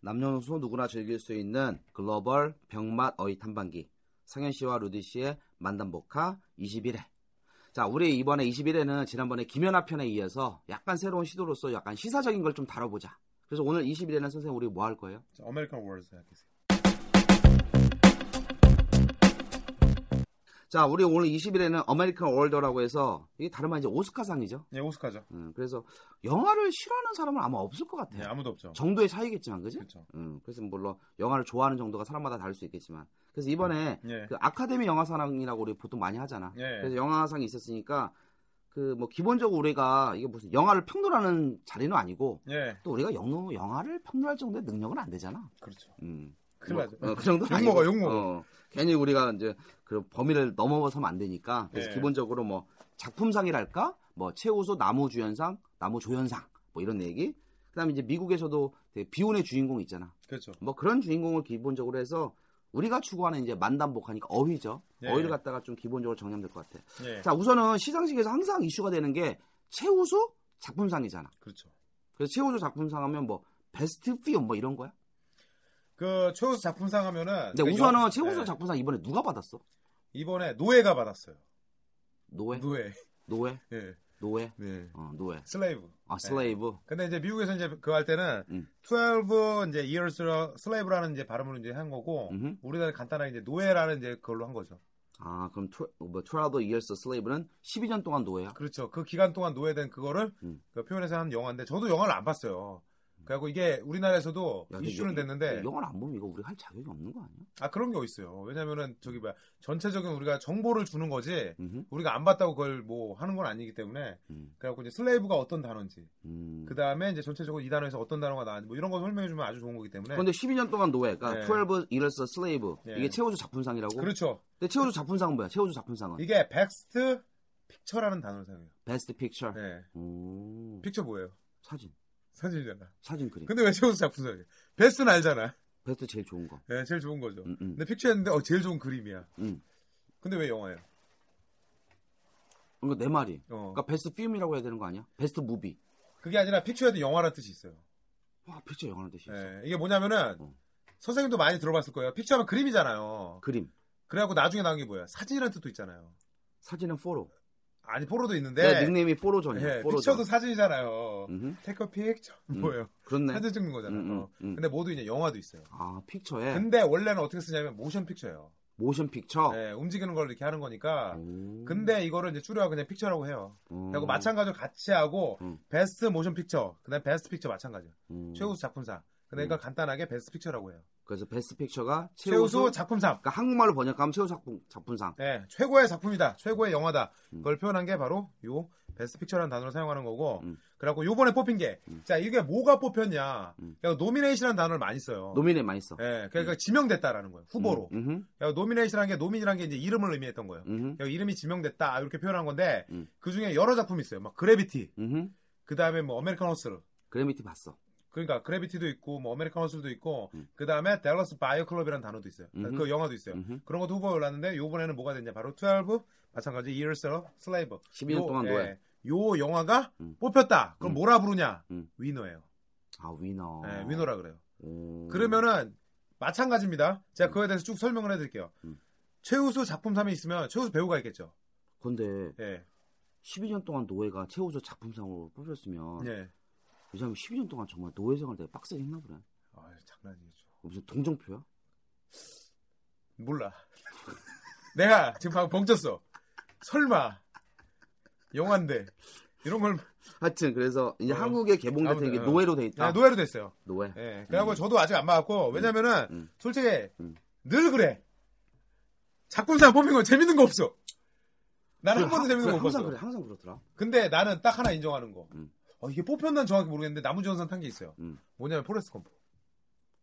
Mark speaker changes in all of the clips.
Speaker 1: 남녀노소 누구나 즐길 수 있는 글로벌 병맛 어이 탐방기 상현 씨와 루디 씨의 만담복화 21회 자 우리 이번에 21회는 지난번에 김연아 편에 이어서 약간 새로운 시도로서 약간 시사적인 걸 좀 다뤄보자 그래서 오늘 21회는 선생님 우리 뭐 할 거예요?
Speaker 2: 자, 아메리칸 월드 생각해주세요.
Speaker 1: 자 우리 오늘 21회는 아메리칸 월더라고 해서 이게 다른 말 이제 오스카상이죠
Speaker 2: 예, 오스카죠.
Speaker 1: 음, 그래서 영화를 싫어하는 사람은 아마 없을 것
Speaker 2: 네,
Speaker 1: 같아요
Speaker 2: 아무도 없죠.
Speaker 1: 정도의 차이겠지만 그지?
Speaker 2: 그렇죠.
Speaker 1: 음, 그래서 물론 영화를 좋아하는 정도가 사람마다 다를 수 있겠지만 그래서 이번에
Speaker 2: 예.
Speaker 1: 그 아카데미 영화상이라고 우리 보통 많이 하잖아.
Speaker 2: 예.
Speaker 1: 그래서 영화상이 있었으니까 그 뭐 기본적으로 우리가 이게 무슨 영화를 평론하는 자리는 아니고
Speaker 2: 예.
Speaker 1: 또 우리가 영어 영화를 평론할 정도의 능력은 안 되잖아.
Speaker 2: 그렇죠.
Speaker 1: 음.
Speaker 2: 큰일
Speaker 1: 뭐,
Speaker 2: 나죠.
Speaker 1: 어, 그 정도
Speaker 2: 욕 먹어, 욕 먹어.
Speaker 1: 괜히 우리가 이제 그 범위를 넘어서면 안 되니까. 그래서
Speaker 2: 예.
Speaker 1: 기본적으로 뭐 작품상이랄까, 뭐 최우수 나무 주연상, 나무 조연상 뭐 이런 얘기. 그다음에 이제 미국에서도 되게 비혼의 주인공 있잖아.
Speaker 2: 그렇죠.
Speaker 1: 뭐 그런 주인공을 기본적으로 해서 우리가 추구하는 이제 만담복하니까 어휘죠.
Speaker 2: 예.
Speaker 1: 어휘를 갖다가 좀 기본적으로 정리하면 될 것 같아.
Speaker 2: 예.
Speaker 1: 자, 우선은 시상식에서 항상 이슈가 되는 게 최우수 작품상이잖아.
Speaker 2: 그렇죠.
Speaker 1: 그래서 최우수 작품상 하면 뭐 베스트 film 뭐 이런 거야.
Speaker 2: 그 최우수 작품상 하면은
Speaker 1: 근데
Speaker 2: 그
Speaker 1: 네, 우선은
Speaker 2: 영-
Speaker 1: 최우수
Speaker 2: 예.
Speaker 1: 작품상 이번에 누가 받았어?
Speaker 2: 이번에 노예가 받았어요.
Speaker 1: 노예,
Speaker 2: 노예.
Speaker 1: 노예,
Speaker 2: 예.
Speaker 1: 노예,
Speaker 2: 네.
Speaker 1: 어, 노예.
Speaker 2: 슬레이브.
Speaker 1: 아, 슬레이브.
Speaker 2: 근데 이제 미국에서 이제 그 할 때는
Speaker 1: 음.
Speaker 2: 12 이제 years로 슬레이브라는 이제 발음으로 이제 한 거고
Speaker 1: 음흠.
Speaker 2: 우리나라 간단하게 이제 노예라는 이제 그걸로 한 거죠.
Speaker 1: 아, 그럼 트뭐12 years slave는 12년 동안 노예야.
Speaker 2: 그렇죠. 그 기간 동안 노예된 그거를
Speaker 1: 음.
Speaker 2: 그 표현해서 한 영화인데 저도 영화를 안 봤어요. 그래갖고 이게 우리나라에서도
Speaker 1: 야, 근데
Speaker 2: 이슈는
Speaker 1: 영-
Speaker 2: 됐는데
Speaker 1: 영화를 안 보면 이거 우리 할 자격이 없는 거 아니야?
Speaker 2: 아 그런 게 있어요. 왜냐면은 저기 뭐야 전체적인 우리가 정보를 주는 거지
Speaker 1: 음흠.
Speaker 2: 우리가 안 봤다고 그걸 뭐 하는 건 아니기 때문에
Speaker 1: 음,
Speaker 2: 그래갖고 이제 슬레이브가 어떤 단어인지
Speaker 1: 음.
Speaker 2: 그 다음에 이제 전체적으로 이 단어에서 어떤 단어가 나왔는지 뭐 이런 거 설명해 주면 아주 좋은 거기 때문에
Speaker 1: 그런데 12년 동안 노예, 그러니까
Speaker 2: 네.
Speaker 1: 12 years slave
Speaker 2: 네.
Speaker 1: 이게 최우수 작품상이라고.
Speaker 2: 그렇죠.
Speaker 1: 근데 최우수 작품상은 뭐야? 최우수 작품상은
Speaker 2: 이게 백스트 픽처라는 단어를 사용해요.
Speaker 1: 베스트 픽처.
Speaker 2: 네,
Speaker 1: 오,
Speaker 2: 픽처 뭐예요?
Speaker 1: 사진,
Speaker 2: 사진이잖아.
Speaker 1: 사진 그림.
Speaker 2: 근데 왜 최우수 작품상이에요? 베스트는 알잖아.
Speaker 1: 베스트 제일 좋은 거.
Speaker 2: 네, 제일 좋은 거죠.
Speaker 1: 음, 음.
Speaker 2: 근데 픽처였는데 어 제일 좋은 그림이야.
Speaker 1: 음.
Speaker 2: 근데 왜 영화예요?
Speaker 1: 그러니까 내 말이.
Speaker 2: 어.
Speaker 1: 그러니까 베스트 필름이라고 해야 되는 거 아니야? 베스트 무비.
Speaker 2: 그게 아니라 픽처에도 영화라는 뜻이 있어요.
Speaker 1: 와, 픽처 영화를 뜻이 있어.
Speaker 2: 예, 이게 뭐냐면은
Speaker 1: 어.
Speaker 2: 선생님도 많이 들어봤을 거예요. 픽처하면 그림이잖아요.
Speaker 1: 그림.
Speaker 2: 그래갖고 나중에 나온 게 뭐예요? 사진이라는 뜻도 있잖아요.
Speaker 1: 사진은 포로.
Speaker 2: 아니 포로도 있는데
Speaker 1: 내 닉네임이 포로전이야.
Speaker 2: 예,
Speaker 1: 포로전.
Speaker 2: 픽처도 사진이잖아요.
Speaker 1: 음흠.
Speaker 2: 테이크 픽처
Speaker 1: 음.
Speaker 2: 뭐예요?
Speaker 1: 그렇네.
Speaker 2: 사진 찍는 거잖아요.
Speaker 1: 음, 음,
Speaker 2: 어.
Speaker 1: 음.
Speaker 2: 근데 모두 이제 영화도 있어요.
Speaker 1: 아, 픽처에
Speaker 2: 근데 원래는 어떻게 쓰냐면 모션 픽처예요.
Speaker 1: 모션 픽처.
Speaker 2: 예, 움직이는 걸 이렇게 하는 거니까.
Speaker 1: 오.
Speaker 2: 근데 이거를 이제 줄여 그냥 픽처라고 해요.
Speaker 1: 음.
Speaker 2: 그리고 마찬가지로 같이 하고
Speaker 1: 음.
Speaker 2: 베스트 모션 픽처, 그다음 베스트 픽처 마찬가지요.
Speaker 1: 음.
Speaker 2: 최우수 작품상. 근데 이걸 간단하게 베스트 픽처라고 해요.
Speaker 1: 그래서 베스트 픽처가 최우수,
Speaker 2: 최우수 작품상.
Speaker 1: 그러니까 한국말로 번역하면 최우수 작품 작품상.
Speaker 2: 예, 최고의 작품이다. 최고의 영화다.
Speaker 1: 음.
Speaker 2: 그걸 표현한 게 바로 요 베스트 픽처라는 단어를 사용하는 거고.
Speaker 1: 음.
Speaker 2: 그래갖고 요번에 뽑힌 게, 자, 이게 뭐가 뽑혔냐.
Speaker 1: 음.
Speaker 2: 그러니까 노미네이션이라는 단어를 많이 써요.
Speaker 1: 노미네 많이 써.
Speaker 2: 예, 그러니까 지명됐다라는 거예요. 후보로.
Speaker 1: 음, 음흠,
Speaker 2: 그러니까 노미네이션이라는 게, 노민이라는 게 이제 이름을 의미했던 거예요.
Speaker 1: 음흠,
Speaker 2: 그러니까 이름이 지명됐다. 이렇게 표현한 건데,
Speaker 1: 음.
Speaker 2: 그 중에 여러 작품이 있어요. 막 그래비티.
Speaker 1: 음흠.
Speaker 2: 그 다음에 뭐 어메리칸 허스르.
Speaker 1: 그래미티 봤어.
Speaker 2: 그러니까 그래비티도 있고, 뭐 어메리칸 허스르도 있고,
Speaker 1: 음.
Speaker 2: 그 다음에 댈러스 바이오 클럽이라는 단어도 있어요.
Speaker 1: 음.
Speaker 2: 그 영화도 있어요.
Speaker 1: 음흠.
Speaker 2: 그런 것도 후보에 올랐는데 요번에는 뭐가 됐냐 바로 12 마찬가지 Years of Slave
Speaker 1: 12년
Speaker 2: 요,
Speaker 1: 동안
Speaker 2: 예,
Speaker 1: 노예.
Speaker 2: 요 영화가
Speaker 1: 음.
Speaker 2: 뽑혔다 그럼
Speaker 1: 음.
Speaker 2: 뭐라 부르냐
Speaker 1: 음.
Speaker 2: 위너예요
Speaker 1: 아 위너.
Speaker 2: 예, 위너라 그래요
Speaker 1: 오.
Speaker 2: 그러면은 마찬가지입니다 제가 그거에 대해서 쭉 설명을 해드릴게요
Speaker 1: 음.
Speaker 2: 최우수 작품상에 있으면 최우수 배우가 있겠죠
Speaker 1: 근데
Speaker 2: 예,
Speaker 1: 12년 동안 노예가 최우수 작품상으로 뽑혔으면
Speaker 2: 예.
Speaker 1: 이 사람이 12년 동안 정말 노예 생활 되게 빡세게 했나 보네.
Speaker 2: 아 장난이겠죠
Speaker 1: 무슨 동정표야?
Speaker 2: 몰라 내가 지금 방금 벙쪘어. 설마 영화인데 이런 걸
Speaker 1: 하여튼 그래서 이제
Speaker 2: 어.
Speaker 1: 한국에 개봉돼서
Speaker 2: 아무튼,
Speaker 1: 이게
Speaker 2: 어.
Speaker 1: 노예로 돼 있다.
Speaker 2: 아, 노예로 됐어요.
Speaker 1: 노예.
Speaker 2: 예. 그래갖고 저도 아직 안 봐갖고 왜냐면은
Speaker 1: 음.
Speaker 2: 솔직히
Speaker 1: 음.
Speaker 2: 늘 그래. 작품상 뽑힌 건 재밌는 거 없어. 나는 한 번도
Speaker 1: 그래,
Speaker 2: 재밌는 거 못
Speaker 1: 항상
Speaker 2: 봤어.
Speaker 1: 그래 항상 그렇더라.
Speaker 2: 근데 나는 딱 하나 인정하는 거.
Speaker 1: 음.
Speaker 2: 어, 이게 뽑혔나 정확히 모르겠는데 나무주연상 탄 게 있어요.
Speaker 1: 음.
Speaker 2: 뭐냐면 포레스트 검프.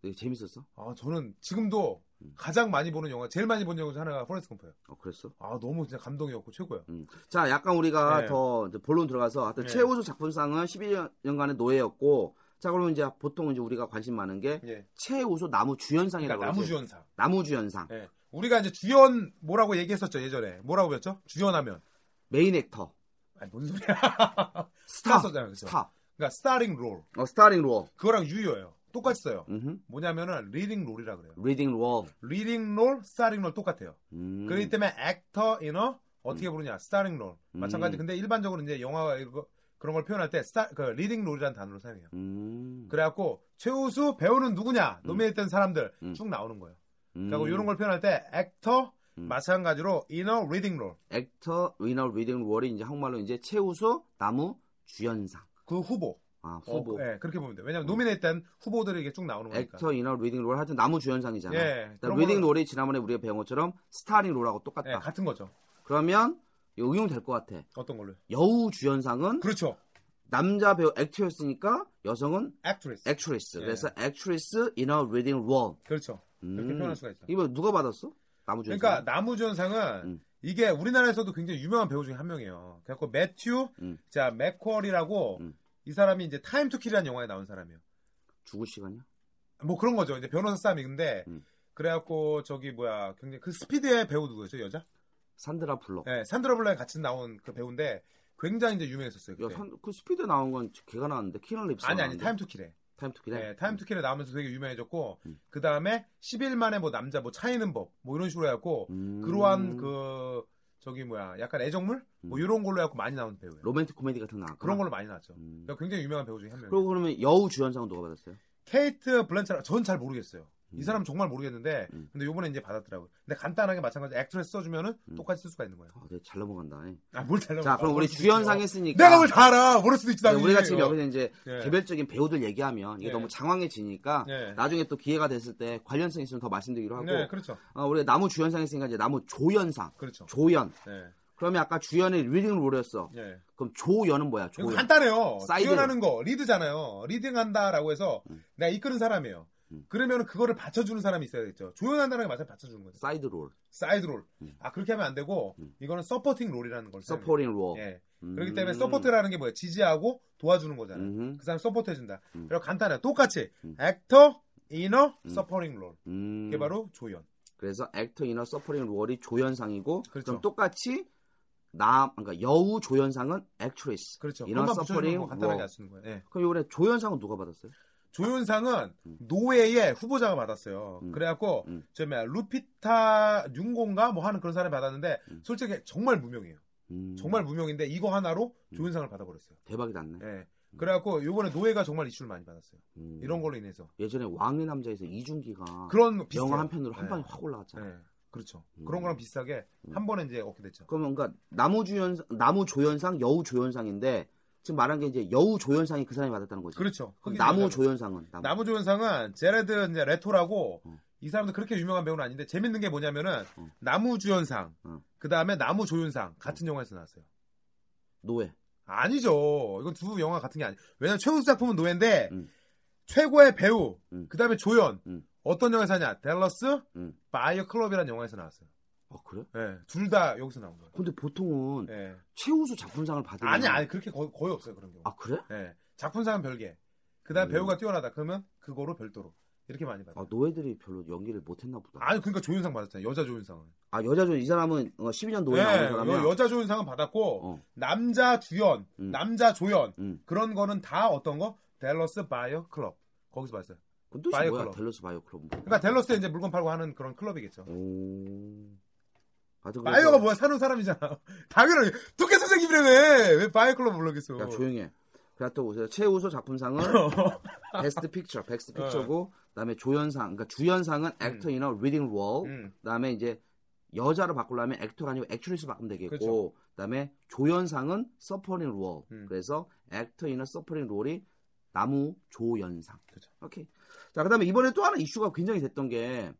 Speaker 1: 되게 재밌었어?
Speaker 2: 아 저는 지금도
Speaker 1: 음.
Speaker 2: 가장 많이 보는 영화, 제일 많이 본 영화 중 하나가 포레스트 검프예요.
Speaker 1: 어 그랬어?
Speaker 2: 아 너무 진짜 감동이었고 최고야.
Speaker 1: 음. 자, 약간 우리가
Speaker 2: 네.
Speaker 1: 더 이제 본론 들어가서 하여튼
Speaker 2: 네.
Speaker 1: 최우수 작품상은 11년간의 노예였고 자, 그러면 이제 보통 이제 우리가 관심 많은 게
Speaker 2: 예.
Speaker 1: 최우수 나무 주연상이라고
Speaker 2: 그러니까
Speaker 1: 그러지.
Speaker 2: 나무주연상.
Speaker 1: 나무 주연상.
Speaker 2: 예. 우리가 이제 주연 뭐라고 얘기했었죠 예전에 뭐라고 했죠? 주연하면
Speaker 1: 메인 액터.
Speaker 2: 아니 뭔 소리야?
Speaker 1: 스타.
Speaker 2: 썼잖아요, 그죠?
Speaker 1: 스타.
Speaker 2: 그러니까 스타링 롤
Speaker 1: 어, 스타링 롤.
Speaker 2: 그거랑 유효예요. 똑같이 써요.
Speaker 1: 음.
Speaker 2: 뭐냐면은 리딩 롤이라 그래요.
Speaker 1: 리딩 롤.
Speaker 2: 리딩 롤, 스타링 롤 똑같아요.
Speaker 1: 음.
Speaker 2: 그렇기 때문에 액터 이너 어떻게 부르냐 스타링 롤
Speaker 1: 음.
Speaker 2: 마찬가지. 근데 일반적으로 이제 영화 이거- 그런 걸 표현할 때 스타 그 리딩 롤이라는 단어로 사용해요.
Speaker 1: 음.
Speaker 2: 그래갖고 최우수 배우는 누구냐
Speaker 1: 음.
Speaker 2: 노미네이트된 사람들
Speaker 1: 음.
Speaker 2: 쭉 나오는 거예요.
Speaker 1: 음.
Speaker 2: 그리고 이런 걸 표현할 때 액터
Speaker 1: 음.
Speaker 2: 마찬가지로 이너 리딩 롤 그
Speaker 1: 액터 위너 리딩 롤이 이제 한국말로 이제 최우수 나무 주연상.
Speaker 2: 그 후보
Speaker 1: 아, 후보.
Speaker 2: 어, 예, 그렇게 보면 돼. 요
Speaker 1: 음.
Speaker 2: 왜냐면 노미네이트된 후보들이 이게 쭉 나오는 거니까.
Speaker 1: 액터 이너 리딩 롤 하여튼 나무 주연상이잖아.
Speaker 2: 예.
Speaker 1: 그러니까
Speaker 2: 그런
Speaker 1: 리딩
Speaker 2: 거는-
Speaker 1: 롤이 지난번에 우리가 배운 것처럼 스타링 롤하고 똑같다.
Speaker 2: 예, 같은 거죠.
Speaker 1: 그러면 이거 응용될 것 같아.
Speaker 2: 어떤 걸로? 요
Speaker 1: 여우 주연상은
Speaker 2: 그렇죠.
Speaker 1: 남자 배우 액터였으니까 여성은
Speaker 2: 액트리스.
Speaker 1: 액트리스.
Speaker 2: 예.
Speaker 1: 그래서 액트리스 in a reading role.
Speaker 2: 그렇죠. 그렇게 표현할 수가
Speaker 1: 음.
Speaker 2: 있어.
Speaker 1: 이거 누가 받았어? 나무 주연상.
Speaker 2: 그러니까 나무주연상은
Speaker 1: 음.
Speaker 2: 이게 우리나라에서도 굉장히 유명한 배우 중에 한 명이에요. 그래갖고 매튜
Speaker 1: 음.
Speaker 2: 자 맥쿼리라고
Speaker 1: 음.
Speaker 2: 이 사람이 이제 타임 투 킬이라는 영화에 나온 사람이에요.
Speaker 1: 죽을 시간이야?
Speaker 2: 뭐 그런 거죠. 이제 변호사 싸움이 근데
Speaker 1: 음.
Speaker 2: 그래갖고 저기 뭐야 굉장히 그 스피드의 배우 누구였죠 여자?
Speaker 1: 산드라 블록.
Speaker 2: 예, 산드라 블락이 같이 나온 그 배우인데 굉장히 이제 유명했었어요.
Speaker 1: 야,
Speaker 2: 그때.
Speaker 1: 산- 그 스피드 나온 건 걔가 나왔는데 키는 립스.
Speaker 2: 네. 아니 아니 타임 투 킬에.
Speaker 1: 타임 투 킬에.
Speaker 2: 네, 타임 투킬에 나오면서 되게 유명해졌고
Speaker 1: 음.
Speaker 2: 그 다음에 10일 만에 뭐 남자 뭐 차이는 법 뭐 이런 식으로 해갖고
Speaker 1: 음.
Speaker 2: 그러한 그 저기 뭐야 약간 애정물 뭐
Speaker 1: 음.
Speaker 2: 이런 걸로 해갖고 많이 나온 배우예요.
Speaker 1: 로맨틱 코미디 같은 거 나왔구나.
Speaker 2: 그런 걸로 많이 나왔죠.
Speaker 1: 음.
Speaker 2: 그러니까 굉장히 유명한 배우 중에 한 명이에요.
Speaker 1: 그리고 그러면 여우 주연상은 누가 받았어요?
Speaker 2: 케이트 블란차라 전 잘 모르겠어요.
Speaker 1: 음.
Speaker 2: 이 사람 정말 모르겠는데
Speaker 1: 음.
Speaker 2: 근데 요번에 이제 받았더라고요. 근데 간단하게 마찬가지 액트레스 써주면은
Speaker 1: 음.
Speaker 2: 똑같이 쓸 수가 있는 거예요.
Speaker 1: 아, 되게 잘 넘어간다. 잉.
Speaker 2: 아뭘 잘라?
Speaker 1: 자, 그럼 우리 주연상 했으니까.
Speaker 2: 어, 내가 뭘 다 알아? 모를 수도 있지
Speaker 1: 네,
Speaker 2: 당연히.
Speaker 1: 우리가 지금
Speaker 2: 어.
Speaker 1: 여기서 이제
Speaker 2: 예.
Speaker 1: 개별적인 배우들 얘기하면 이게
Speaker 2: 예.
Speaker 1: 너무 장황해지니까
Speaker 2: 예.
Speaker 1: 나중에 또 기회가 됐을 때 관련성 있으면 더 말씀드리기로 하고
Speaker 2: 네, 그렇죠,
Speaker 1: 어, 우리가 나무 주연상 했으니까 이제 나무 조연상
Speaker 2: 그렇죠.
Speaker 1: 조연
Speaker 2: 네,
Speaker 1: 그러면 아까 주연이 리딩 롤이었어
Speaker 2: 예.
Speaker 1: 그럼 조연은 뭐야
Speaker 2: 이거
Speaker 1: 조연
Speaker 2: 간단해요.
Speaker 1: 사이드.
Speaker 2: 지원하는 거 리드잖아요. 리딩한다라고 해서 내가 이끄는 사람이에요.
Speaker 1: 음.
Speaker 2: 그러면 그거를 받쳐주는 사람이 있어야겠죠. 조연한다는 게 마찬가지 받쳐주는 거예요.
Speaker 1: 사이드 롤
Speaker 2: 사이드 롤.
Speaker 1: 음.
Speaker 2: 아 그렇게 하면 안 되고
Speaker 1: 음.
Speaker 2: 이거는 서포팅 롤이라는 걸. 써요.
Speaker 1: 서포링 롤
Speaker 2: 예.
Speaker 1: 음.
Speaker 2: 그렇기 때문에 서포트라는 게 뭐예요? 지지하고 도와주는 거잖아요.
Speaker 1: 음.
Speaker 2: 그 사람 서포트해준다.
Speaker 1: 음.
Speaker 2: 그리고 간단해요. 똑같이
Speaker 1: 음.
Speaker 2: 액터, 이너,
Speaker 1: 음.
Speaker 2: 서포팅 롤.
Speaker 1: 음.
Speaker 2: 그게 바로 조연.
Speaker 1: 그래서 액터 이너 서포링 롤이 조연상이고 그
Speaker 2: 그렇죠.
Speaker 1: 럼 똑같이 남 그러니까 여우 조연상은 액트리스
Speaker 2: 그렇죠.
Speaker 1: 이너
Speaker 2: 그것만 붙여주는 거
Speaker 1: 서포링
Speaker 2: 간단하게
Speaker 1: 롤
Speaker 2: 알 수 있는 거예요. 예.
Speaker 1: 그럼 이번에 조연상은 누가 받았어요?
Speaker 2: 조연상은
Speaker 1: 음.
Speaker 2: 노예의 후보자가 받았어요.
Speaker 1: 음.
Speaker 2: 그래갖고
Speaker 1: 음.
Speaker 2: 저 뭐야 루피타 융공가 뭐 하는 그런 사람이 받았는데
Speaker 1: 음.
Speaker 2: 솔직히 정말 무명이에요.
Speaker 1: 음.
Speaker 2: 정말 무명인데 이거 하나로
Speaker 1: 음.
Speaker 2: 조연상을 받아버렸어요.
Speaker 1: 대박이 났네
Speaker 2: 예. 그래갖고 요번에 노예가 정말 이슈를 많이 받았어요.
Speaker 1: 음.
Speaker 2: 이런 걸로 인해서
Speaker 1: 예전에 왕의 남자에서 이준기가
Speaker 2: 그런 거 비슷해요.
Speaker 1: 아, 영화 한 편으로 한
Speaker 2: 예.
Speaker 1: 방에 확 올라갔잖아.
Speaker 2: 예. 그렇죠.
Speaker 1: 음.
Speaker 2: 그런 거랑 비슷하게
Speaker 1: 음.
Speaker 2: 한 번에 이제 얻게 됐죠.
Speaker 1: 그러면 그러니까 나무 주연 나무 조연상, 여우 조연상인데 지금 말한 게 이제 여우 조연상이 그 사람이 받았다는 거지.
Speaker 2: 그렇죠.
Speaker 1: 그럼
Speaker 2: 흑인
Speaker 1: 나무
Speaker 2: 여자가.
Speaker 1: 조연상은 나무.
Speaker 2: 나무 조연상은 제레드 이제 레토라고
Speaker 1: 음.
Speaker 2: 이 사람도 그렇게 유명한 배우는 아닌데 재밌는 게 뭐냐면은
Speaker 1: 음.
Speaker 2: 나무 주연상
Speaker 1: 음.
Speaker 2: 그 다음에 나무 조연상 같은 영화에서 나왔어요.
Speaker 1: 노예.
Speaker 2: 아니죠. 이건 두 영화 같은 게 아니. 왜냐면 최우수 작품은 노예인데
Speaker 1: 음.
Speaker 2: 최고의 배우,
Speaker 1: 음.
Speaker 2: 그다음에 조연.
Speaker 1: 음. 어떤
Speaker 2: 어떤 영화에서 하냐? 델러스
Speaker 1: 음.
Speaker 2: 바이어 클럽이라는 영화에서 나왔어요.
Speaker 1: 아 그래?
Speaker 2: 예. 둘 다 여기서 나온 거예요.
Speaker 1: 근데 보통은
Speaker 2: 예.
Speaker 1: 최우수 작품상을 받으면
Speaker 2: 아니 아니 그렇게 거의, 거의 없어요, 그런 경우.
Speaker 1: 아 그래?
Speaker 2: 예. 작품상은 별개.
Speaker 1: 음.
Speaker 2: 그다음 에 배우가 뛰어나다. 그러면 그거로 별도로 이렇게 많이 받아요.
Speaker 1: 아 노예들이 별로 연기를 못했나 보다.
Speaker 2: 아니 그러니까 조연상 받았잖아요. 여자 조연상은.
Speaker 1: 아 여자 조연 이 사람은 어, 12년 노예
Speaker 2: 네,
Speaker 1: 나온 사람이야.
Speaker 2: 여, 자 조연상은 받았고
Speaker 1: 어.
Speaker 2: 남자 주연,
Speaker 1: 음.
Speaker 2: 남자 조연
Speaker 1: 음.
Speaker 2: 그런 거는 다 어떤 거? 델러스 바이어 클럽. 거기서 봤어요.
Speaker 1: 그건 또
Speaker 2: 바이오
Speaker 1: 뭐야?
Speaker 2: 클럽.
Speaker 1: 델러스 바이오 클럽.
Speaker 2: 그러니까 델러스에 이제 물건 팔고 하는 그런 클럽이겠죠.
Speaker 1: 오. 하여튼 음. 그래서-
Speaker 2: 바이어가 뭐야 사는 사람이잖아. 당연히 두께 선생님이라며 왜 바이어 클럽 모르겠어.
Speaker 1: 야 조용해. 그렇다고 보세요. 최우수 작품상은 베스트 픽처, 베스트
Speaker 2: 네.
Speaker 1: 픽처고 그다음에 조연상, 그러니까 주연상은 액터 이너 리딩 월.
Speaker 2: 음.
Speaker 1: 그다음에 이제 여자로 바꾸려면 액터가 아니고 액트리스 바꾸면 되겠고 그다음에 조연상은 서퍼링 롤.
Speaker 2: 그렇죠. 음.
Speaker 1: 그래서 액터이나 서퍼링 롤이 나무 조연상.
Speaker 2: 그죠.
Speaker 1: 오케이. 자, 그다음에 이번에 또 하나 이슈가 굉장히 됐던 게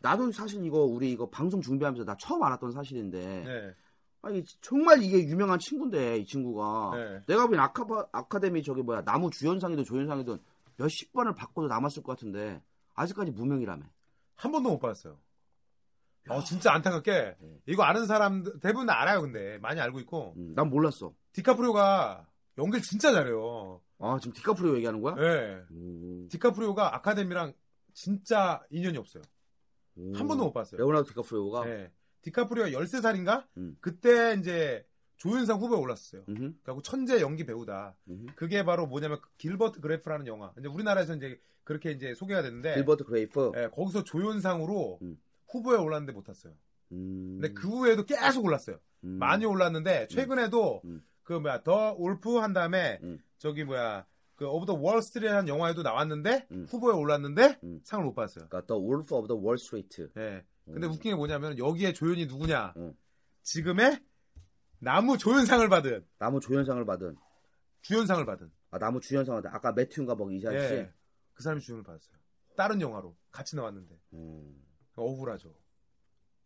Speaker 1: 나도 사실 이거 우리 이거 방송 준비하면서 나 처음 알았던 사실인데
Speaker 2: 네.
Speaker 1: 아니 정말 이게 유명한 친구인데 이 친구가
Speaker 2: 네.
Speaker 1: 내가 보기엔 아카바, 아카데미 저기 뭐야 나무 주연상이든 조연상이든 몇십 번을 바꿔도 남았을 것 같은데 아직까지 무명이라며
Speaker 2: 한 번도 못 봤어요. 어, 진짜 안타깝게
Speaker 1: 네.
Speaker 2: 이거 아는 사람 대부분 다 알아요. 근데 많이 알고 있고
Speaker 1: 음, 난 몰랐어
Speaker 2: 디카프리오가 연기를 진짜 잘해요.
Speaker 1: 아 지금 디카프리오 얘기하는 거야? 음,
Speaker 2: 네.
Speaker 1: 오,
Speaker 2: 디카프리오가 아카데미랑 진짜 인연이 없어요.
Speaker 1: 오.
Speaker 2: 한 번도 못 봤어요.
Speaker 1: 음. 레오나르도 디카프리오가
Speaker 2: 네. 디카프리오가 13살인가?
Speaker 1: 음.
Speaker 2: 그때 이제 조연상 후보에 올랐어요. 그러니까
Speaker 1: 음흠,
Speaker 2: 그리고 천재 연기 배우다.
Speaker 1: 음흠.
Speaker 2: 그게 바로 뭐냐면 길버트 그레이프라는 영화. 이제 우리나라에서 이제 그렇게 이제 소개가 됐는데
Speaker 1: 길버트 그레이프
Speaker 2: 예, 거기서 조연상으로
Speaker 1: 음.
Speaker 2: 후보에 올랐는데 못 탔어요.
Speaker 1: 음,
Speaker 2: 근데 그 후에도 계속 올랐어요.
Speaker 1: 음.
Speaker 2: 많이 올랐는데 최근에도
Speaker 1: 음.
Speaker 2: 그 뭐야 더 울프 한 다음에
Speaker 1: 음.
Speaker 2: 저기 뭐야 그 오브 더 월스트리트라는 영화에도 나왔는데
Speaker 1: 음.
Speaker 2: 후보에 올랐는데
Speaker 1: 음.
Speaker 2: 상을 못 받았어요.
Speaker 1: 그러니까 더 울프 오브 더 월스트리트
Speaker 2: 예. 근데 웃긴 게 뭐냐면 여기에 조연이 누구냐?
Speaker 1: 음.
Speaker 2: 지금의 나무 조연상을 받은
Speaker 1: 나무 조연상을 받은
Speaker 2: 주연상을 받은
Speaker 1: 아 나무 주연상을 받은 아까 매튜 윤가벅 뭐 이찬 씨
Speaker 2: 예. 그 사람이 주연을 받았어요. 다른 영화로 같이 나왔는데
Speaker 1: 음.
Speaker 2: 억울하죠.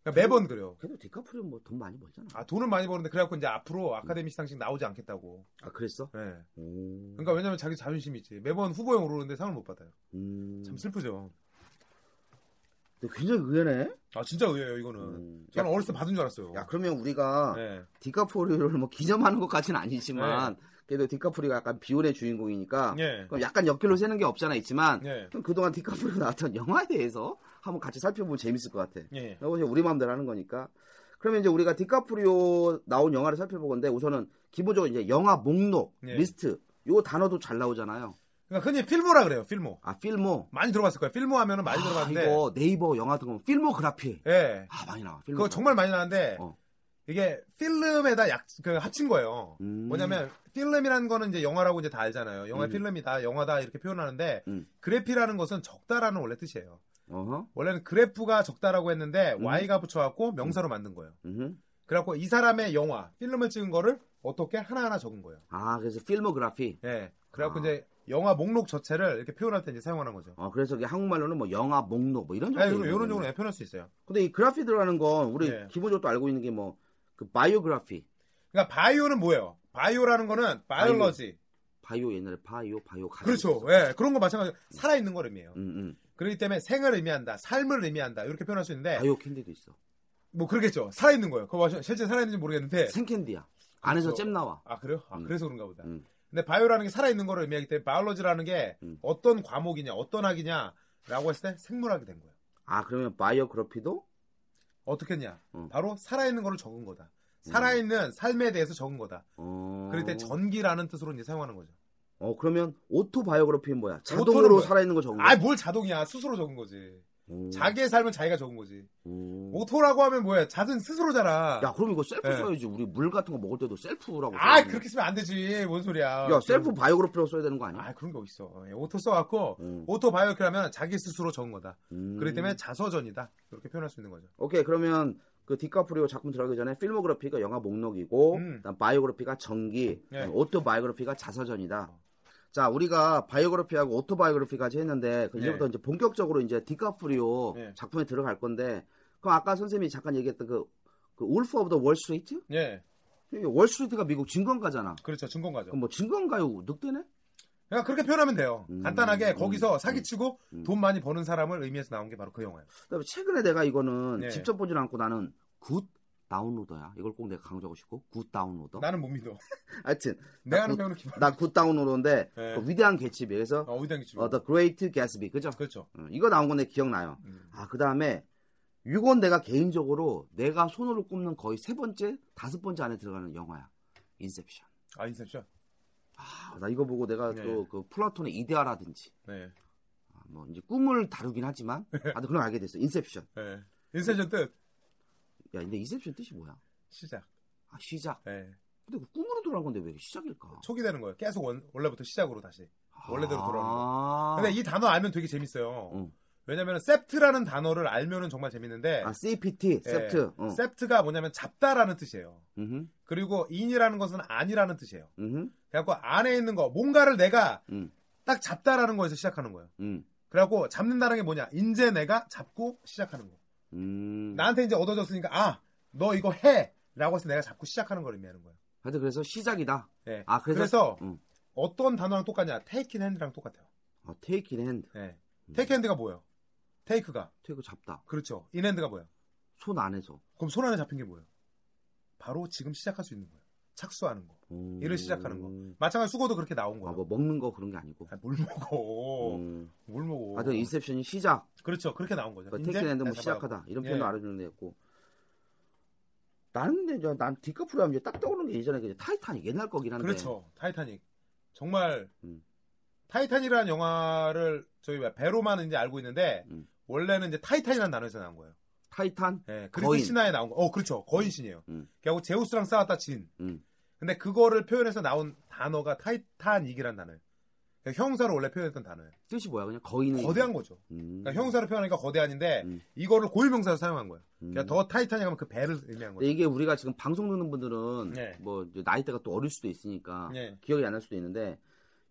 Speaker 2: 그러니까 매번 그래요.
Speaker 1: 그래도 디카프리오 뭐 돈 많이 벌잖아
Speaker 2: 아 돈을 많이 버는데 그래갖고 이제 앞으로 아카데미 시상식 나오지 않겠다고.
Speaker 1: 아 그랬어? 음.
Speaker 2: 예.
Speaker 1: 오.
Speaker 2: 그러니까 왜냐면 자기 자존심이 있지. 매번 후보에 오르는데 상을 못 받아요.
Speaker 1: 음.
Speaker 2: 참 슬프죠.
Speaker 1: 근데 굉장히 의외네.
Speaker 2: 아 진짜 의외예요 이거는.
Speaker 1: 음.
Speaker 2: 저는
Speaker 1: 야,
Speaker 2: 어렸을 때 받은 줄 알았어요.
Speaker 1: 야 그러면 우리가
Speaker 2: 네.
Speaker 1: 디카프리오를 뭐 기념하는 것까지는 아니지만 그래도 디카프리오가 약간 비혼의 주인공이니까
Speaker 2: 예.
Speaker 1: 그럼 약간 옆길로 새는 게 없잖아 있지만
Speaker 2: 예.
Speaker 1: 그럼 그동안 디카프리오 나왔던 영화에 대해서 한번 같이 살펴보면 재밌을 것 같아.
Speaker 2: 예.
Speaker 1: 이거 이제 우리 마음대로 하는 거니까. 그러면 이제 우리가 디카프리오 나온 영화를 살펴보건데 우선은 기본적으로 이제 영화 목록
Speaker 2: 예.
Speaker 1: 리스트 요 단어도 잘 나오잖아요.
Speaker 2: 그러니까 흔히 필모라 그래요. 필모.
Speaker 1: 아 필모.
Speaker 2: 많이 들어봤을 거예요. 필모 하면은 많이
Speaker 1: 아,
Speaker 2: 들어봤는데.
Speaker 1: 이거 네이버 영화 같은 거 필모그래피.
Speaker 2: 예.
Speaker 1: 아 많이 나와.
Speaker 2: 그거
Speaker 1: 필모그래피.
Speaker 2: 정말 많이 나왔는데
Speaker 1: 어.
Speaker 2: 이게 필름에다 약, 그 합친 거예요.
Speaker 1: 음.
Speaker 2: 뭐냐면 필름이라는 거는 이제 영화라고 이제 다 알잖아요. 영화
Speaker 1: 음.
Speaker 2: 필름이다, 영화다 이렇게 표현하는데
Speaker 1: 음.
Speaker 2: 그래피라는 것은 적다라는 원래 뜻이에요.
Speaker 1: 어허.
Speaker 2: 원래는 그래프가 적다라고 했는데
Speaker 1: 음.
Speaker 2: y가 붙여갖고 명사로 만든 거예요.
Speaker 1: 음흠.
Speaker 2: 그래갖고 이 사람의 영화 필름을 찍은 거를 어떻게 하나하나 적은 거예요.
Speaker 1: 아, 그래서 필모그래피.
Speaker 2: 예. 그래갖고
Speaker 1: 아.
Speaker 2: 이제 영화 목록 자체를 이렇게 표현할 때 이제 사용하는 거죠.
Speaker 1: 어, 그래서 이게 한국말로는 뭐 영화 목록 뭐 이런
Speaker 2: 예,
Speaker 1: 정도.
Speaker 2: 요런 요런 식으로 예, 표현할 수 있어요.
Speaker 1: 근데 이 그래피 들어가는 건 우리
Speaker 2: 예.
Speaker 1: 기본적으로 또 알고 있는 게 뭐 그 바이오그래피.
Speaker 2: 그러니까 바이오는 뭐예요? 바이오라는 거는 바이올러지.
Speaker 1: 바이오 옛날에 바이오 바이오 가정.
Speaker 2: 그렇죠. 예. 그런 거 마찬가지로 살아있는 걸 의미해요.
Speaker 1: 음, 음.
Speaker 2: 그렇기 때문에 생을 의미한다, 삶을 의미한다 이렇게 표현할 수 있는데
Speaker 1: 바이오 캔디도 있어.
Speaker 2: 뭐 그러겠죠. 살아있는 거예요. 그거 와- 실제 살아있는지 모르겠는데
Speaker 1: 생캔디야. 안에서
Speaker 2: 네. 그렇죠.
Speaker 1: 잼 나와.
Speaker 2: 아 그래요? 아
Speaker 1: 음.
Speaker 2: 그래서 그런가 보다.
Speaker 1: 음.
Speaker 2: 근데 바이오라는 게 살아있는 거를 의미하기 때문에 바이올로지라는 게
Speaker 1: 음.
Speaker 2: 어떤 과목이냐, 어떤 학이냐라고 했을 때 생물학이 된 거예요.
Speaker 1: 아, 그러면 바이오그래피도
Speaker 2: 어떻겠냐?
Speaker 1: 음.
Speaker 2: 바로 살아있는 거를 적은 거다. 살아있는 삶에 대해서 적은 거다.
Speaker 1: 어.
Speaker 2: 그럴 때 전기라는 뜻으로 이제 사용하는 거죠.
Speaker 1: 어, 그러면 오토 바이오그래피는 뭐야?
Speaker 2: 오토는
Speaker 1: 자동으로
Speaker 2: 뭐야?
Speaker 1: 살아 있는 거 적은 거.
Speaker 2: 아 뭘 자동이야? 스스로 적은 거지.
Speaker 1: 오.
Speaker 2: 자기의 삶은 자기가 적은 거지.
Speaker 1: 오.
Speaker 2: 오토라고 하면 뭐야? 자든 스스로잖아.
Speaker 1: 야, 그럼 이거 셀프
Speaker 2: 예.
Speaker 1: 써야지. 우리 물 같은 거 먹을 때도 셀프라고. 써야
Speaker 2: 아
Speaker 1: 되나?
Speaker 2: 그렇게 쓰면 안 되지. 뭔
Speaker 1: 뭐.
Speaker 2: 소리야? 음.
Speaker 1: 야, 셀프 바이오그래피라고 써야 되는 거 아니야?
Speaker 2: 아 그런 게 어딨어. 예, 오토 써갖고
Speaker 1: 음.
Speaker 2: 오토바이오키라면 자기 스스로 적은 거다.
Speaker 1: 음.
Speaker 2: 그렇기 때문에 자서전이다. 이렇게 표현할 수 있는 거죠.
Speaker 1: 오케이 그러면 그 디카프리오 작품 들어가기 전에 필모그래피가 영화 목록이고
Speaker 2: 음.
Speaker 1: 그다음 바이오그래피가 전기
Speaker 2: 네.
Speaker 1: 오토바이오그래피가 자서전이다 자 우리가 바이오그래피하고 오토바이오그래피까지 했는데 그
Speaker 2: 네.
Speaker 1: 이제부터 이제 본격적으로 이제 디카프리오
Speaker 2: 네.
Speaker 1: 작품에 들어갈 건데 그럼 아까 선생님이 잠깐 얘기했던 그, 그 울프 오브 더 월스트리트
Speaker 2: 예,
Speaker 1: 이게 월스트리트가 미국 증권가잖아
Speaker 2: 그렇죠. 증권가죠.
Speaker 1: 그럼 뭐 증권가요 늑대네
Speaker 2: 그러니까 그렇게 표현하면 돼요.
Speaker 1: 음,
Speaker 2: 간단하게
Speaker 1: 음,
Speaker 2: 거기서 사기치고
Speaker 1: 음.
Speaker 2: 돈 많이 버는 사람을 의미해서 나온 게 바로 그 영화예요.
Speaker 1: 그다음에 최근에 내가 이거는
Speaker 2: 네.
Speaker 1: 직접 보진 않고 나는 굿 다운로더야 이걸 꼭 내가 강조하고 싶고 굿 다운로더
Speaker 2: 나는 못 믿어.
Speaker 1: 하여튼
Speaker 2: 내가 하는
Speaker 1: 굿-
Speaker 2: 배우는 기본.
Speaker 1: 나 굿다운으로인데
Speaker 2: 네.
Speaker 1: 그 위대한 개츠비 그래서
Speaker 2: 어, 위대한 기출.
Speaker 1: 어, The Great Gatsby 그죠?
Speaker 2: 그렇죠.
Speaker 1: 어, 이거 나온 건데 기억나요.
Speaker 2: 음.
Speaker 1: 아 그 다음에 이건 내가 개인적으로 내가 손으로 꼽는 거의 세 번째 다섯 번째 안에 들어가는 영화야. 인셉션.
Speaker 2: 아, 인셉션.
Speaker 1: 아, 나 이거 보고 내가
Speaker 2: 네.
Speaker 1: 또 그 플라톤의 이데아라든지
Speaker 2: 네,
Speaker 1: 아, 뭐 이제 꿈을 다루긴 하지만 아 근데 그럼 알게 됐어. 인셉션.
Speaker 2: 네. 인셉션 뜻
Speaker 1: 야 근데 인셉션 뜻이 뭐야?
Speaker 2: 시작.
Speaker 1: 아 시작.
Speaker 2: 네.
Speaker 1: 근데 그 꿈으로 돌아온 건데 왜 이게 시작일까?
Speaker 2: 초기 되는 거예요. 계속 원, 원래부터 시작으로 다시. 원래대로 돌아오는
Speaker 1: 아.
Speaker 2: 근데 이 단어 알면 되게 재밌어요.
Speaker 1: 음.
Speaker 2: 왜냐면 셉트라는 단어를 알면은 정말 재밌는데
Speaker 1: 아, CPT,
Speaker 2: 예,
Speaker 1: 세프트. 어.
Speaker 2: 셉트가 뭐냐면 잡다라는 뜻이에요.
Speaker 1: 음흠,
Speaker 2: 그리고 인이라는 것은 아니라는 뜻이에요.
Speaker 1: 음흠,
Speaker 2: 그래갖고 안에 있는 거 뭔가를 내가
Speaker 1: 음.
Speaker 2: 딱 잡다라는 거에서 시작하는 거예요.
Speaker 1: 음,
Speaker 2: 그래갖고 잡는다는 게 뭐냐? 이제 내가 잡고 시작하는 거.
Speaker 1: 음.
Speaker 2: 나한테 이제 얻어졌으니까 아 너 이거 해라고 해서 내가 잡고 시작하는 걸 의미하는 거예요.
Speaker 1: 하여튼 그래서 시작이다.
Speaker 2: 예.
Speaker 1: 아, 그래서-
Speaker 2: 그래서
Speaker 1: 음.
Speaker 2: 어떤 단어랑 똑같냐? 테이크 핸드랑 똑같아요.
Speaker 1: 어, take in hand.
Speaker 2: 예. 테이크 핸드가 뭐예요? 테이크가
Speaker 1: take 잡다.
Speaker 2: 그렇죠. 인 핸드가 뭐예요?
Speaker 1: 손 안에서.
Speaker 2: 그럼 손 안에 잡힌 게 뭐예요? 바로 지금 시작할 수 있는 거예요. 착수하는 거.
Speaker 1: 오.
Speaker 2: 일을 시작하는 거. 마찬가지 수고도 그렇게 나온
Speaker 1: 아,
Speaker 2: 거예요.
Speaker 1: 뭐 먹는 거 그런 게 아니고.
Speaker 2: 아, 뭘 먹어?
Speaker 1: 음.
Speaker 2: 뭘 먹어?
Speaker 1: 하여튼 인셉션이 시작.
Speaker 2: 그렇죠. 그렇게 나온 거죠.
Speaker 1: 그
Speaker 2: 인제
Speaker 1: 테이크 in hand 뭐
Speaker 2: 다시 잡아가고.
Speaker 1: 시작하다. 이런
Speaker 2: 예.
Speaker 1: 표현을 알아주는 데였고. 나는 근데 난 디카프리오 하면 이제 딱 떠오르는 게 예전에 그 타이타닉 옛날 거긴 한데.
Speaker 2: 그렇죠. 타이타닉. 정말
Speaker 1: 음.
Speaker 2: 타이타닉이라는 영화를 저희 뭐야, 배로만 이제 알고 있는데
Speaker 1: 음.
Speaker 2: 원래는 이제 타이탄이라는 단어에서 나온 거예요.
Speaker 1: 타이탄.
Speaker 2: 예, 그리스
Speaker 1: 거인.
Speaker 2: 신화에 나온 거. 어, 그렇죠. 거인 신이에요.
Speaker 1: 음.
Speaker 2: 결국 제우스랑 싸웠다 진.
Speaker 1: 음.
Speaker 2: 근데 그거를 표현해서 나온 단어가 타이타닉이란 단어예요. 그러니까 형사로 원래 표현했던 단어예요.
Speaker 1: 뜻이 뭐야? 그냥 거인의
Speaker 2: 거대한 거죠.
Speaker 1: 음.
Speaker 2: 그러니까 형사로 표현하니까 거대한인데
Speaker 1: 음.
Speaker 2: 이거를 고유명사로 사용한 거예요. 그러니까
Speaker 1: 음. 예.
Speaker 2: 더 타이타닉 하면 그 배를
Speaker 1: 근데
Speaker 2: 의미한 거죠.
Speaker 1: 이게 우리가 지금 방송 듣는 분들은
Speaker 2: 네.
Speaker 1: 뭐 이제 나이대가 또 어릴 수도 있으니까
Speaker 2: 네.
Speaker 1: 기억이 안 날 수도 있는데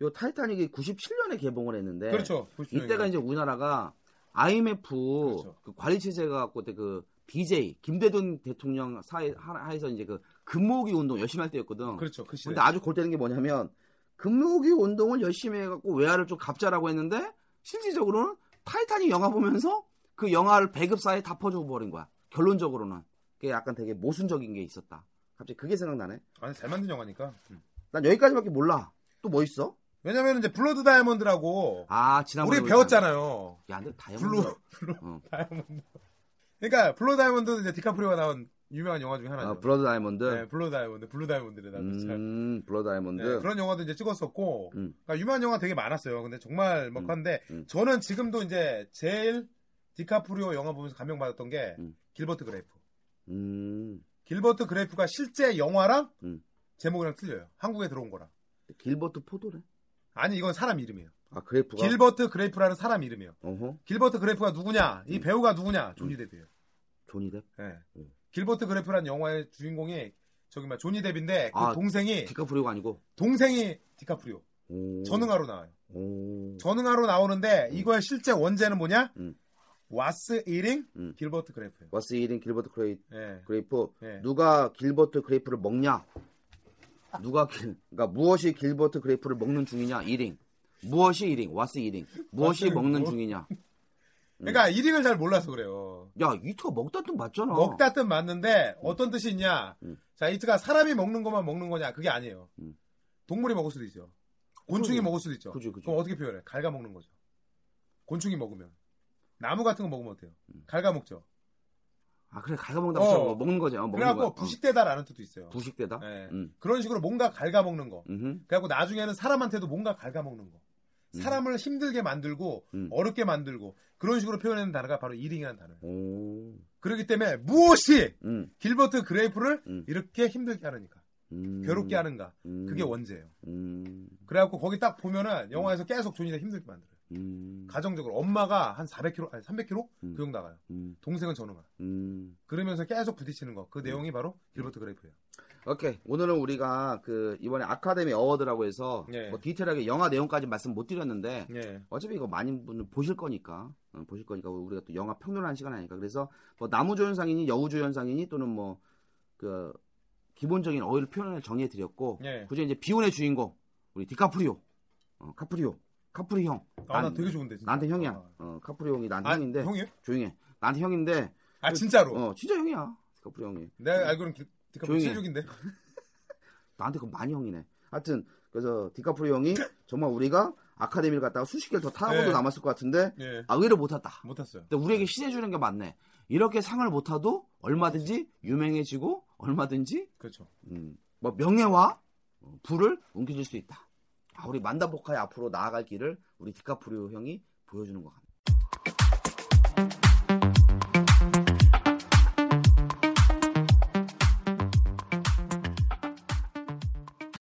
Speaker 1: 요 타이타닉이 97년에 개봉을 했는데
Speaker 2: 그렇죠. 보십시오,
Speaker 1: 이때가
Speaker 2: 이거.
Speaker 1: 이제 우리나라가 IMF
Speaker 2: 그렇죠.
Speaker 1: 그 관리 체제가 갖고 그때 그 BJ 김대중 대통령 사이- 하- 하에서 이제 그 근무기 운동 열심히 할 때였거든.
Speaker 2: 그렇죠. 그 시대.
Speaker 1: 근데 아주 골때는 게 뭐냐면 근무기 운동을 열심히 해갖고 외화를 좀 갚자라고 했는데 실질적으로는 타이타닉 영화 보면서 그 영화를 배급사에 다 퍼주고 버린 거야. 결론적으로는 그게 약간 되게 모순적인 게 있었다. 갑자기 그게 생각나네.
Speaker 2: 아니 잘 만든 영화니까. 음.
Speaker 1: 난 여기까지밖에 몰라. 또 뭐 있어?
Speaker 2: 왜냐면 이제 블러드 다이아몬드라고
Speaker 1: 아 지난번에
Speaker 2: 우리 배웠잖아요.
Speaker 1: 야, 근데 다이아몬드.
Speaker 2: 블루 블루
Speaker 1: 어.
Speaker 2: 다이아몬드. 그러니까 블루 다이아몬드는 이제 디카프리오가 나온 유명한 영화 중에 하나죠.
Speaker 1: 아, 블러드 다이아몬드.
Speaker 2: 네, 블루 다이아몬드, 블루 다이아몬드를 나도 잘.
Speaker 1: 음, 블러드 다이아몬드.
Speaker 2: 네, 그런 영화도 이제 찍었었고,
Speaker 1: 음.
Speaker 2: 그러니까 유명한 영화 되게 많았어요. 근데 정말 먹한데
Speaker 1: 음.
Speaker 2: 저는 지금도 이제 제일 디카프리오 영화 보면서 감명받았던 게
Speaker 1: 음.
Speaker 2: 길버트 그레이프.
Speaker 1: 음,
Speaker 2: 길버트 그레이프가 실제 영화랑
Speaker 1: 음.
Speaker 2: 제목이랑 틀려요. 한국에 들어온 거랑.
Speaker 1: 길버트 포도래.
Speaker 2: 아니 이건 사람 이름이에요.
Speaker 1: 아, 그래프가.
Speaker 2: 길버트 그레이프라는 사람 이름이에요.
Speaker 1: 어허.
Speaker 2: 길버트 그레이프가 누구냐? 이
Speaker 1: 음.
Speaker 2: 배우가 누구냐? 조니 데뷔예요.
Speaker 1: 조니 뎁.
Speaker 2: 예.
Speaker 1: 음.
Speaker 2: 길버트 그레이프라는 영화의 주인공이 저기 막 조니 데뷔인데 그
Speaker 1: 아,
Speaker 2: 동생이
Speaker 1: 디카프리오가 아니고.
Speaker 2: 동생이 디카프리오.
Speaker 1: 오.
Speaker 2: 전응하로 나와요.
Speaker 1: 오.
Speaker 2: 전응하로 나오는데
Speaker 1: 음.
Speaker 2: 이거의 실제 원제는 뭐냐?
Speaker 1: 음.
Speaker 2: 와스 이링
Speaker 1: 음.
Speaker 2: 길버트 그레이프예요.
Speaker 1: 와스 1인 길버트 크레이,
Speaker 2: 예.
Speaker 1: 그레이프.
Speaker 2: 예.
Speaker 1: 누가 길버트 그레이프를 먹냐? 누가 길, 그러니까 무엇이 길버트 그레이프를 먹는 중이냐? 1인. 무엇이 1인? 와스 1인. 무엇이
Speaker 2: 와스
Speaker 1: 먹는
Speaker 2: 뭐?
Speaker 1: 중이냐?
Speaker 2: 그러니까 이링을 잘 몰라서 그래요.
Speaker 1: 야, 이트가 먹다 뜻 맞잖아.
Speaker 2: 먹다 뜻 맞는데 어떤 뜻이 있냐?
Speaker 1: 음.
Speaker 2: 자, 이트가 사람이 먹는 것만 먹는 거냐? 그게 아니에요.
Speaker 1: 음.
Speaker 2: 동물이 먹을 수도 있죠. 곤충이
Speaker 1: 그러게.
Speaker 2: 먹을 수도 있죠.
Speaker 1: 그지, 그지.
Speaker 2: 럼 어떻게 표현해? 갉아 먹는 거죠. 곤충이 먹으면 나무 같은 거 먹으면 어때요?
Speaker 1: 음.
Speaker 2: 갉아 먹죠.
Speaker 1: 아, 그래. 갈가먹다
Speaker 2: 어.
Speaker 1: 어. 먹는 거지. 어, 먹는 거야.
Speaker 2: 그래갖고
Speaker 1: 어.
Speaker 2: 부식대다라는 뜻도 있어요.
Speaker 1: 부식대다.
Speaker 2: 예.
Speaker 1: 음.
Speaker 2: 그런 식으로 뭔가 갉아 먹는 거.
Speaker 1: 음흠.
Speaker 2: 그래갖고 나중에는 사람한테도 뭔가 갉아먹는 거.
Speaker 1: 음.
Speaker 2: 사람을 힘들게 만들고
Speaker 1: 음.
Speaker 2: 어렵게 만들고 그런 식으로 표현하는 단어가 바로 이링이라는 단어예요.
Speaker 1: 오.
Speaker 2: 그렇기 때문에 무엇이
Speaker 1: 음.
Speaker 2: 길버트 그레이프를
Speaker 1: 음.
Speaker 2: 이렇게 힘들게 하는가,
Speaker 1: 음.
Speaker 2: 괴롭게 하는가,
Speaker 1: 음.
Speaker 2: 그게 원제예요.
Speaker 1: 음.
Speaker 2: 그래갖고 거기 딱 보면은 영화에서 계속 존이가 힘들게 만들어요.
Speaker 1: 음.
Speaker 2: 가정적으로 엄마가 한 400kg, 아니 300kg
Speaker 1: 음.
Speaker 2: 그 정도 나가요.
Speaker 1: 음.
Speaker 2: 동생은 전우가.
Speaker 1: 음.
Speaker 2: 그러면서 계속 부딪히는 거. 그 내용이 바로 길버트 그레이프예요.
Speaker 1: 오케이. 오늘은 우리가 그 이번에 아카데미 어워드라고 해서
Speaker 2: 예.
Speaker 1: 뭐 디테일하게 영화 내용까지 말씀 못 드렸는데
Speaker 2: 예.
Speaker 1: 어차피 이거 많은 분들 보실 거니까 어, 보실 거니까 우리가 또 영화 평론하는 시간 아니까 그래서 뭐 나무조연상이니 여우조연상이니 또는 뭐 그 기본적인 어휘를 표현을 정해 드렸고
Speaker 2: 예.
Speaker 1: 그저 이제 비운의 주인공 우리 디카프리오 어, 카프리오 카프리 형
Speaker 2: 아, 나
Speaker 1: 난-
Speaker 2: 되게 좋은데. 진짜.
Speaker 1: 나한테 형이야
Speaker 2: 아,
Speaker 1: 어, 카프리오 형이 나한테
Speaker 2: 아,
Speaker 1: 형인데
Speaker 2: 형이요?
Speaker 1: 조용해 나한테 형인데
Speaker 2: 아, 진짜로.
Speaker 1: 어, 진짜 형이야. 디카프리오 형이.
Speaker 2: 내가 알고는 기- 디카프리오 뭐
Speaker 1: 조용히 해.
Speaker 2: 실력인데.
Speaker 1: 나한테 그거 많이 형이네. 하여튼 그래서 디카프리오 형이 정말 우리가 아카데미를 갔다가 수십 개를 더 타고도
Speaker 2: 네.
Speaker 1: 남았을 것 같은데
Speaker 2: 예.
Speaker 1: 아, 의외로 못 탔다.
Speaker 2: 못 탔어요.
Speaker 1: 근데 우리에게 시대 주는 게 맞네. 이렇게 상을 못 타도 얼마든지 유명해지고 얼마든지
Speaker 2: 그렇죠.
Speaker 1: 음, 뭐 명예와 어, 부를 옮겨줄 수 있다. 아, 우리 만다보카의 앞으로 나아갈 길을 우리 디카프리오 형이 보여주는 것 같네.